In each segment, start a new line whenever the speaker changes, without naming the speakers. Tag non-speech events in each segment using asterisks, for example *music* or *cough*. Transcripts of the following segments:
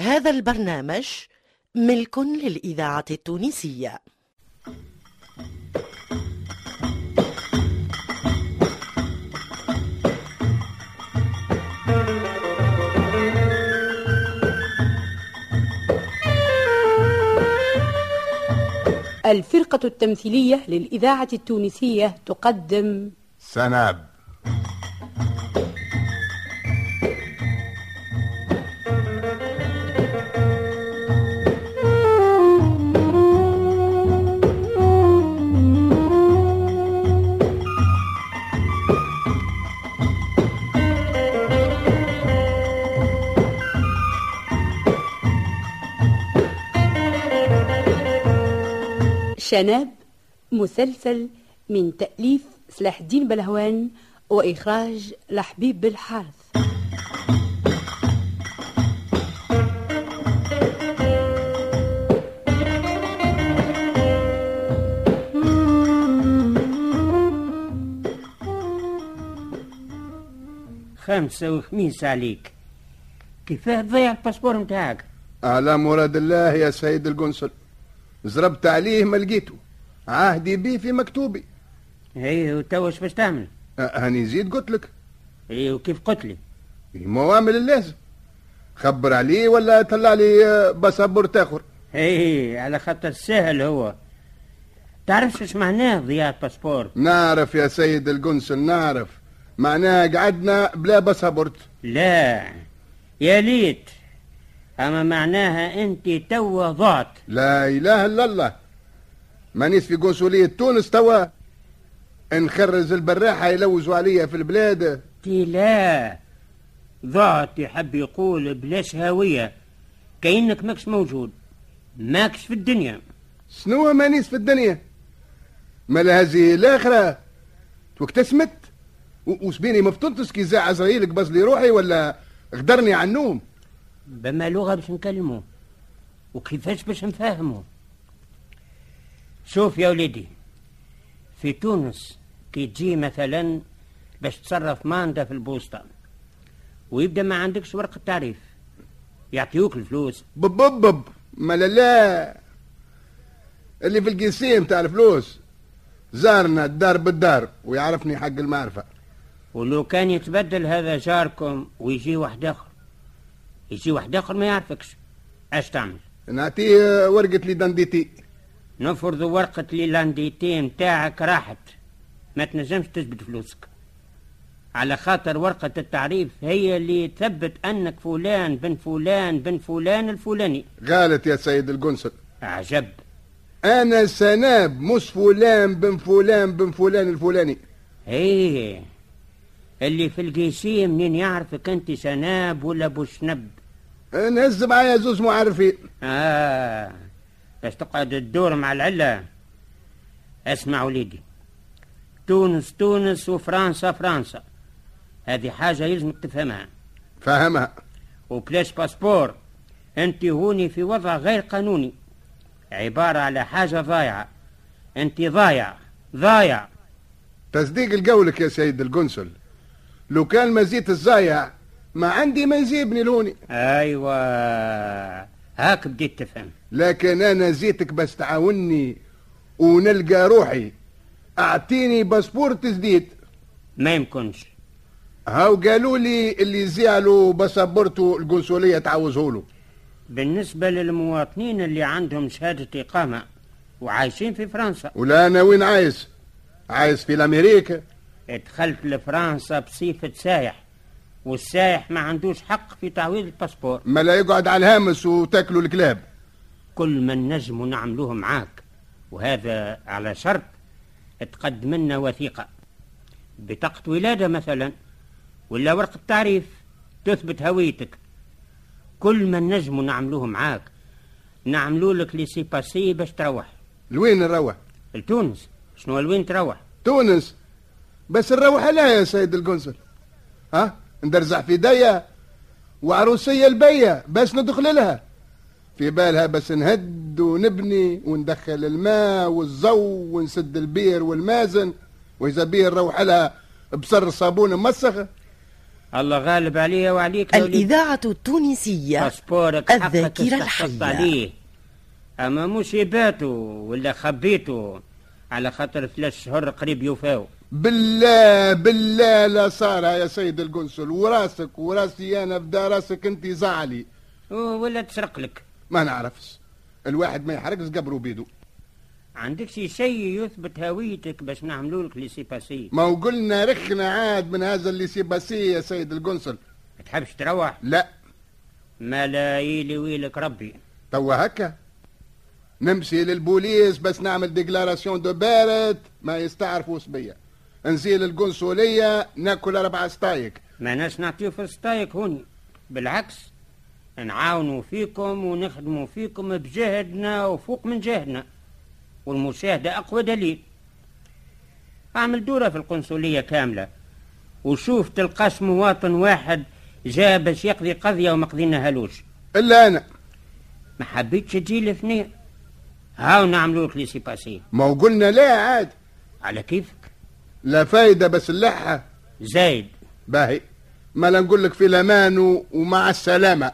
هذا البرنامج ملك للإذاعة التونسية
الفرقة التمثيلية للإذاعة التونسية تقدم
سناب
شناب مسلسل من تأليف سلاح الدين بلهوان وإخراج لحبيب بالحارث
خمسة وخميس عليك كيفاه تضيع الباسبور متاعك
على مراد الله يا سيد القنصل زربت عليه ما لقيته عهدي بيه في مكتوبي
هي وتوا اش باش تعمل
أه، هاني زيد قلت لك
هي وكيف قلت لي
الموامل اللازم خبر عليه ولا طلع لي آه، باسبورت اخر
هي على خاطر سهل هو تعرفش اش معناه ضياع الباسبور
نعرف يا سيد القنصل نعرف معناها قعدنا بلا باسبورت
لا يا ليت اما معناها انت توا ضعت
لا اله الا الله مانيش في قنصليه تونس توا نخرز البراحه يلوزوا عليا في البلاد
تي لا ضعت يحب يقول بلاش هوية كأنك ماكش موجود ماكش في الدنيا
شنو مانيس في الدنيا مال هذه الاخره وقت سمت و- وسبيني مفتنتس كي زاع عزرائيل قبض لي روحي ولا غدرني على النوم
بما لغة باش نكلمه وكيفاش باش نفهمه شوف يا وليدي في تونس كي تجي مثلا باش تصرف ماندا في البوسطة ويبدا ما عندكش ورقة تعريف يعطيوك الفلوس
بب بب بب ما لا لا اللي في القسيم تاع الفلوس زارنا الدار بالدار ويعرفني حق المعرفه
ولو كان يتبدل هذا جاركم ويجي واحد اخر يجي واحد اخر ما يعرفكش اش تعمل
نعطيه ورقه لي دنديتي
نفرض ورقة ليلانديتي متاعك راحت ما تنجمش تثبت فلوسك على خاطر ورقة التعريف هي اللي تثبت أنك فلان بن فلان بن فلان الفلاني
غالط يا سيد القنصل
عجب
انا سناب مش فلان بن فلان بن فلان الفلاني
ايه اللي في القيسية منين يعرفك انت سناب ولا بوشنب
نهز معايا زوز معرفين
اه باش تقعد الدور مع العلة اسمع وليدي تونس تونس وفرنسا فرنسا هذه حاجة يلزمك تفهمها
فهمها
وبلاش باسبور انت هوني في وضع غير قانوني عبارة على حاجة ضايعة انت ضايع ضايع
تصديق لقولك يا سيد القنصل لو كان ما زيت الزايع ما عندي ما يزيبني لوني
ايوة هاك بديت تفهم
لكن انا زيتك بس تعاوني ونلقى روحي اعطيني باسبورت جديد
ما يمكنش
هاو قالوا لي اللي زعلوا باسبورته القنصليه تعوزه له
بالنسبة للمواطنين اللي عندهم شهادة إقامة وعايشين في فرنسا
ولا انا وين عايز عايز في الامريكا
دخلت لفرنسا بصفة سايح والسايح ما عندوش حق في تعويض الباسبور
ما لا يقعد على الهامس وتاكلوا الكلاب
كل ما نجم نعملوه معاك وهذا على شرط تقدم لنا وثيقة بطاقة ولادة مثلا ولا ورقة تعريف تثبت هويتك كل ما نجم نعملوه معاك نعملو لك لي سي باسي باش تروح
لوين نروح
لتونس شنو لوين تروح
تونس بس نروح لها يا سيد القنصل ها ندرزح في ديا وعروسية البية بس ندخل لها في بالها بس نهد ونبني وندخل الماء والزو ونسد البير والمازن وإذا بيه نروح لها بصر صابون مسخ
الله غالب عليا وعليك يا وليد.
الإذاعة التونسية
باسبورك حقك
الذاكرة
استحفظت
الحية.
عليه اما مصيباته ولا خبيته على خاطر ثلاث شهور قريب يوفاو
بالله بالله لا صار يا سيد القنصل وراسك وراسي انا بدا راسك انت زعلي
ولا تسرق لك
ما نعرفش الواحد ما يحرقش قبره بيدو
عندك شي شيء يثبت هويتك باش نعملوا لك لي سي باسي
ما هو قلنا رخنا عاد من هذا اللي سيباسي يا سيد القنصل
ما تحبش تروح
لا
ما لا يلي ويلك ربي
توا هكا نمشي للبوليس بس نعمل ديكلاراسيون دو بارت ما يستعرفوا صبية نزيل القنصلية ناكل أربعة ستايك
ما ناس نعطيو في السطايك هوني بالعكس نعاونوا فيكم ونخدموا فيكم بجهدنا وفوق من جهدنا والمشاهدة أقوى دليل أعمل دورة في القنصلية كاملة وشوف تلقاش مواطن واحد جاء باش يقضي قضية وما قضيناهالوش
إلا أنا
ما حبيتش تجي الاثنين هاو نعملوك لي سي باسي
ما هو قلنا لا عاد
على كيفك
لا فايدة بس اللحة
زايد
باهي ما لا نقول لك في الأمان و- ومع السلامة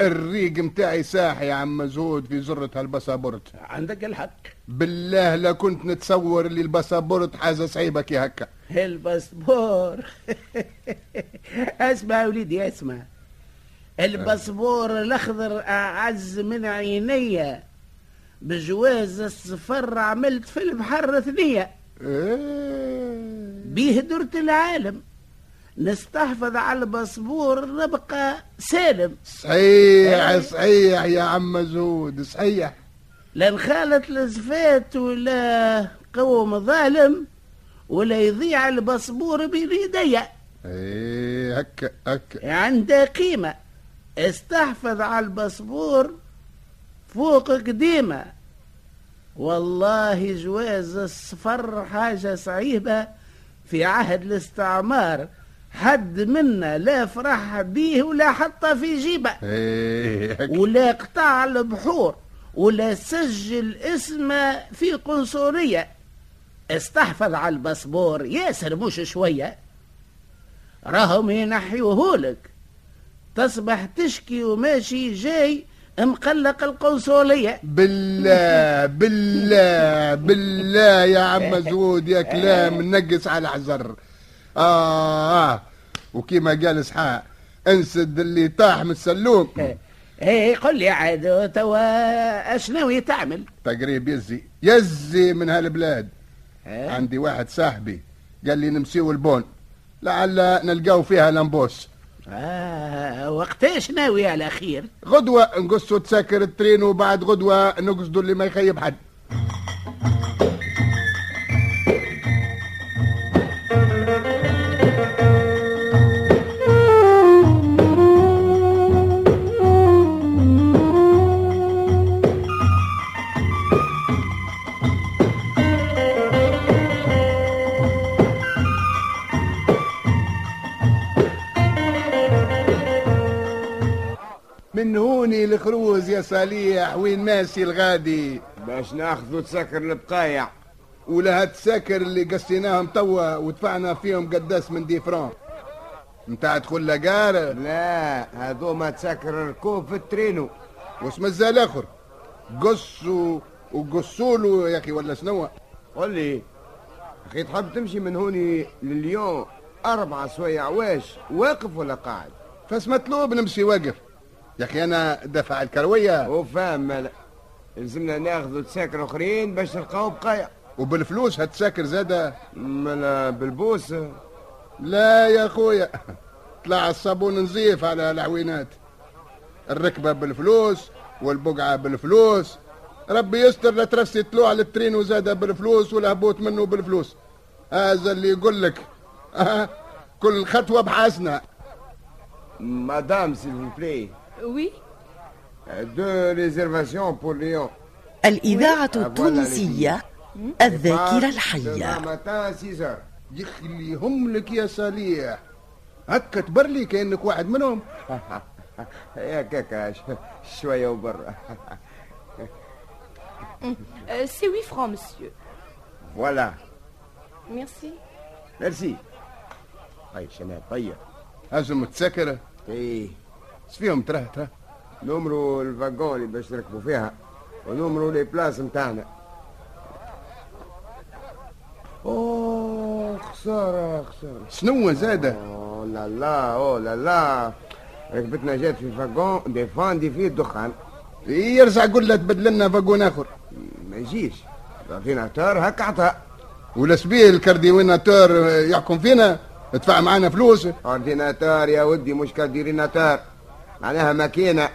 الريق متاعي ساحي يا عم مزهود في زرة هالباسابورت
عندك الحق
بالله لا كنت نتصور اللي الباسابورت حاجة صعيبة كي هكا
الباسبور *laughs* اسمع يا وليدي اسمع الباسبور الاخضر اعز من عينيا بجواز الصفر عملت في البحر ثنيه
إيه.
بيه درت العالم نستحفظ على الباسبور نبقى سالم
صحيح صحيح يا عم مزهود صحيح
لا نخالط الزفات ولا قوم ظالم ولا يضيع الباسبور بين يديا
ايه هكا هكا
عنده قيمة استحفظ على الباسبور فوقك ديما والله جواز السفر حاجة صعيبة في عهد الاستعمار حد منا لا فرح بيه ولا حطه في جيبه
ايه هكا
ولا قطع البحور ولا سجل اسمه في قنصلية استحفظ على الباسبور ياسر مش شوية راهم ينحيوهولك تصبح تشكي وماشي جاي مقلق القنصلية
بالله بالله بالله يا عم زود يا كلام نقص على الحجر اه اه وكيما قال اسحاق انسد اللي طاح من السلوم
ايه قل لي عاد توا اشناوي تعمل
تقريب يزي يزي من هالبلاد
ها؟
عندي واحد صاحبي قال لي نمشيو البون لعل نلقاو فيها لمبوس
آه وقتاش ناوي على خير
غدوة نقصوا تسكر الترين وبعد غدوة نقصدوا اللي ما يخيب حد من هوني الخروز يا صليح وين ماشي الغادي
باش ناخذوا تسكر البقايع
ولا هتساكر اللي قصيناهم توا ودفعنا فيهم قداس من دي فران متاع تدخل لقار
لا هذوما تسكر ركوب في الترينو
واش مازال اخر قصوا وقصوا له يا اخي ولا شنو
قل لي اخي تحب تمشي من هوني لليون اربع سوايع عواش واقف ولا قاعد
فاش مطلوب نمشي واقف يا اخي انا دفع الكرويه
وفاهم مالا لازمنا ناخذوا تساكر اخرين باش نلقاو بقايع
وبالفلوس هتساكر زاده
مالا بالبوسه
لا يا خويا طلع الصابون نزيف على العوينات الركبة بالفلوس والبقعة بالفلوس ربي يستر لا ترسي طلوع للترين وزادة بالفلوس والهبوط منه بالفلوس هذا اللي يقول لك آه، كل خطوة بحاسنا
مدام سيلفي بلاي
Oui,
Deux ريزيرفاسيون بور ليون
الإذاعة التونسية الذاكرة الحية
دو ماتان 6 heures.
يخليهم لك يا صالح هكا تبر لي كانك واحد منهم
*laughs* يا كاكاش شويه وبرا
Euh, c'est 8 francs, monsieur.
*laughs* فوالا
Merci.
ميرسي طيب شناب طيب
هزم تسكرة
ايه
اش فيهم تراه تراه
نمروا الفاغون اللي باش نركبوا فيها ونمروا لي بلاص نتاعنا اوه خساره خساره
شنو زاده
اوه لا لا اوه لا لا ركبتنا جات في الفاغون دي فاندي فيه الدخان
يرجع قول له تبدل لنا فاكون اخر
ما يجيش فينا تار هكا عطا
ولا سبيه الكارديويناتور يحكم فينا ادفع معانا فلوس
اورديناتور يا ودي مش كارديناتور معناها ماكينه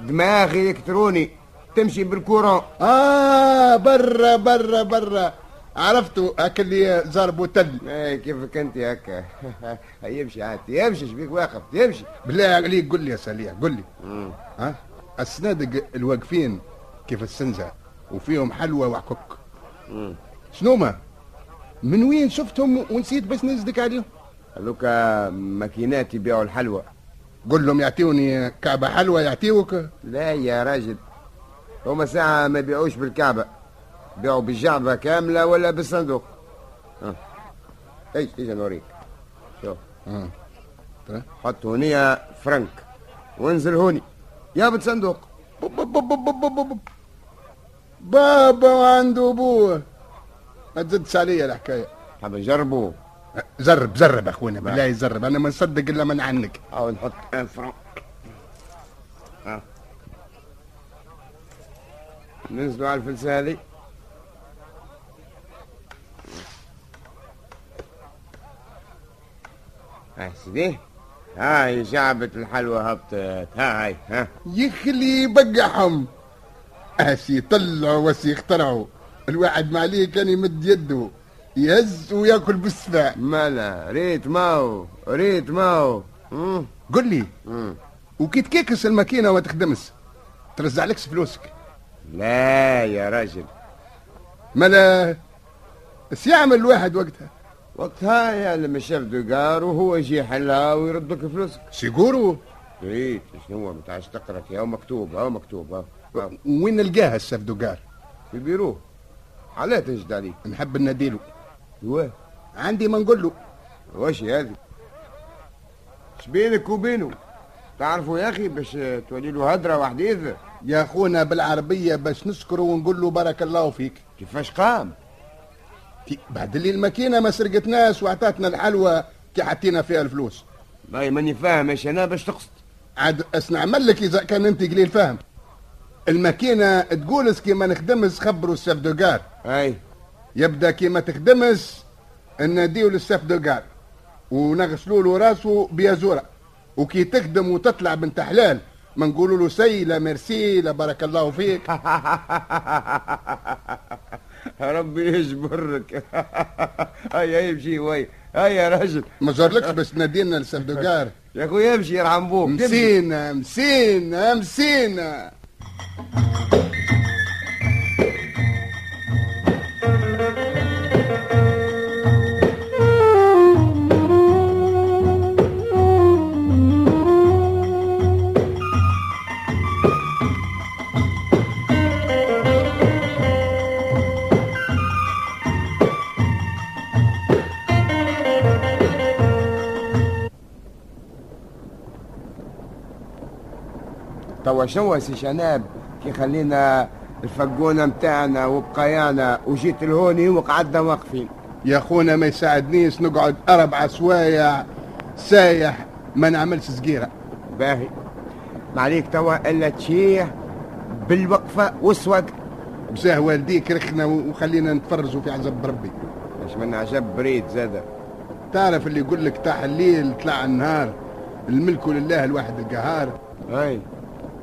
دماغ الكتروني تمشي بالكورون
اه برا برا برا عرفتوا هاك اللي زربوا تل
ايه كيفك انت هكا *laughs* يمشي عاد يمشي شبيك واقف يمشي
بالله عليك قول لي يا سليع قول لي ها السنادق الواقفين كيف السنزة وفيهم حلوى وحكك شنو ما من وين شفتهم ونسيت بس نزدك عليهم
هذوكا ماكينات يبيعوا الحلوى
قول لهم يعطيوني كعبة حلوى يعطيوك
لا يا راجل هما ساعة ما بيعوش بالكعبة بيعوا بالجعبة كاملة ولا بالصندوق اه. ايش ايش نوريك شوف
اه. ترى.
حط هنية فرنك وانزل هوني يا بالصندوق
بب بب بب بب بب بب. بابا وعنده ابوه ما تزدش عليا الحكايه
حاب نجربوا
زرب زرب اخونا بالله زرب انا ما نصدق الا من عنك
او نحط ان فرنك اه. ننزلوا على الفلسة هذه ها سيدي هاي جعبة الحلوى هبطت ها هاي ها
يخلي يبقعهم اسي طلعوا واسي اخترعوا الواحد ما عليه كان يمد يده يهز وياكل بالسفاع
مالا ريت ماو ريت ماو مم.
قل لي
مم.
وكي تكيكس الماكينه وما تخدمش ترزع لكش فلوسك
لا يا راجل
مالا اش يعمل الواحد وقتها
وقتها يا لما شاف دوغار وهو يجي يحلها ويرد لك فلوسك
سيقولوا
ريت شنو هو ما تعرفش تقرا فيها هو مكتوب هو مكتوب هو هو.
وين نلقاها الشاف دوكار
في البيرو علاه تنجد عليك
نحب نديله
واه
عندي ما نقول له
واش هذه شبينك وبينه تعرفوا يا اخي باش تولي له هدره وحديث
يا اخونا بالعربيه باش نشكره ونقول له بارك الله فيك
كيفاش قام
كي- بعد اللي الماكينه ما سرقتناش وعطاتنا الحلوى كي حطينا فيها الفلوس
باي ماني فاهم ايش انا باش تقصد
عاد اش نعمل لك اذا كان انت قليل فاهم الماكينه تقولس كي ما نخدمش خبروا الشاف دوكار
اي
يبدا كي ما تخدمش ناديو للشاف دوكار ونغسلوا له راسه بيازوره وكي تخدم وتطلع بنت حلال ما نقولوا له سي لا ميرسي لا بارك الله فيك
ربي يجبرك *laughs* هيا يمشي وي هيا يا راجل
ما زارلكش باش تنادينا
*laughs*
للسردوكار
يا خويا يمشي يرحم بوك
مسينا مسينا مسينا
توا شنو سي شناب كي خلينا الفقونه متاعنا وبقايانا وجيت لهوني وقعدنا واقفين
يا اخونا ما يساعدنيش نقعد اربع سوايع سايح ما نعملش صغيره
باهي ما عليك توا الا تشيه بالوقفه والسواق
بزاه والديك رخنا وخلينا نتفرجوا في عذاب ربي
باش من عجب بريد زاد
تعرف اللي يقول لك تاع الليل طلع النهار الملك لله الواحد القهار
اي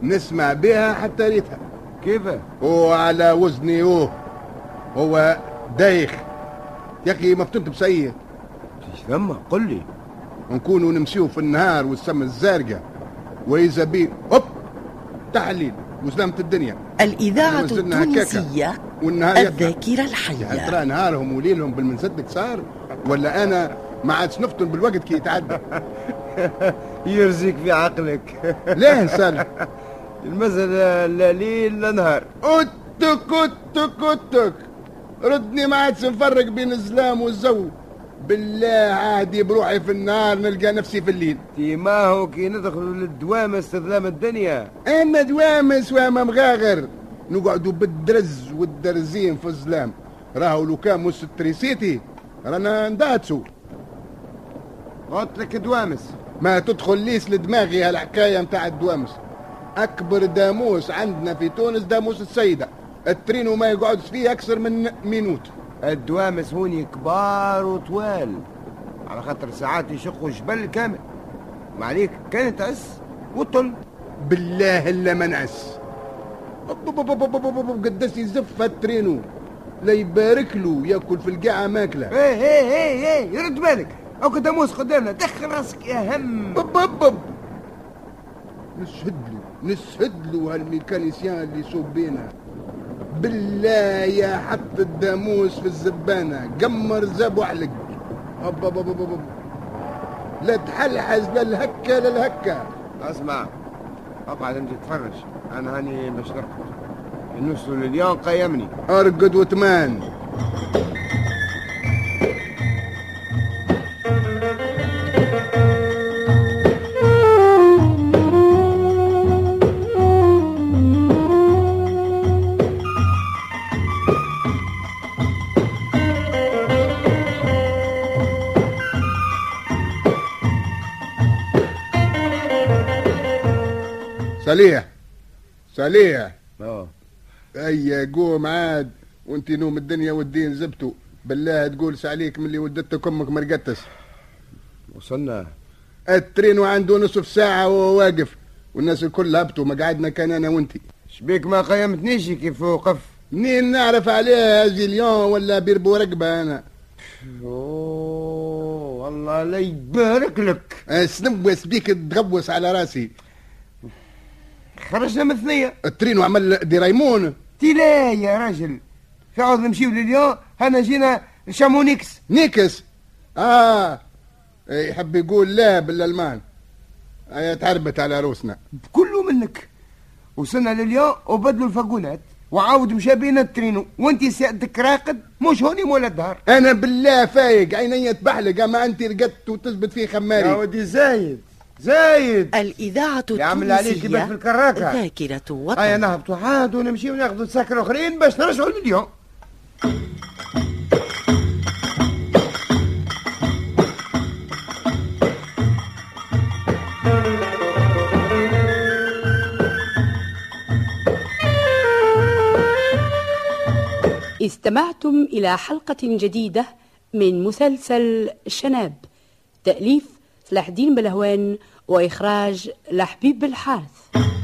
نسمع بها حتى ريتها
كيف
وعلى وزني اوه هو دايخ يا اخي ما فهمت بسيء
ايش ثم قل لي
نكونوا نمشيو في النهار والسما الزرقاء واذا بي هوب تحليل وسلامة الدنيا
الإذاعة
وزلنا هكاكا.
التونسية
والنهار يطلع.
الذاكرة
يعني
الحية
ترى نهارهم وليلهم بالمنسدك صار ولا أنا ما عادش نفطن بالوقت كي يتعدى
*laughs* يرزيك في عقلك *laughs*
ليه سالم
المسألة لا ليل لا نهار
اتك اتك اتك ردني ما عادش نفرق بين الزلام والزو بالله عادي بروحي في النهار نلقى نفسي في الليل
ما هو كي ندخلوا للدوام استظلام الدنيا
اما دوامس واما مغاغر نقعدوا بالدرز والدرزين في الظلام راهو لو كان مستريسيتي رانا نداتسو
قلت لك دوامس
ما تدخل ليس لدماغي هالحكايه متاع الدوامس اكبر داموس عندنا في تونس داموس السيده الترينو ما يقعدش فيه اكثر من مينوت
الدوامس هوني كبار وطوال على خاطر ساعات يشقوا جبل كامل ما عليك كان تعس وطل
بالله الا منعس قداش يزف الترينو لا يبارك له ياكل في القاعه ماكله
ايه ايه ايه ايه يرد بالك او قداموس قدامنا دخل راسك يا هم
بب بب بب نسهد له نسهد له هالميكانيسيان اللي يصوب بينا بالله يا حط الداموس في الزبانه قمر زاب وحلق أب أب أب أب أب. لا تحلحز لا الهكه لا الهكه
اسمع اقعد انت تتفرج انا هاني باش نرقد نوصلوا لليوم قيمني
ارقد وتمان صليح صليح
اه
اي قوم عاد وانت نوم الدنيا والدين زبتوا بالله تقولش عليك من اللي وددتك امك مرقتس
وصلنا
الترين وعنده نصف ساعة وهو واقف والناس الكل هبطوا مقعدنا كان انا وانت
شبيك ما قيمتنيش كيف وقف
منين نعرف عليها جيليون ولا بيربو رقبة انا
اوه والله لا يبارك لك
سنبس بيك تغوص على راسي
خرجنا من الثنيه
الترين وعمل ديرايمون
تي لا يا راجل في عوض نمشيو لليون هنا جينا شامونيكس
نيكس اه يحب يقول لا بالالمان آه، تعربت على روسنا
كله منك وصلنا لليون وبدلوا الفاقولات وعاود مشى بينا الترينو وانت سيادتك راقد مش هوني ولا الدهر
انا بالله فايق عيني تبحلق اما انت رقدت وتثبت في خماري
ودي زايد زايد
الإذاعة
يعمل عليك
التونسية
يبات في الكراكة.
ذاكرة
أيوة.
ايا
وطن
نهبطوا عاد ونمشيو ناخذوا سكر اخرين باش نرجعوا لليون
استمعتم إلى حلقة جديدة من مسلسل شناب تأليف سلاح الدين بلهوان وإخراج لحبيب بالحارث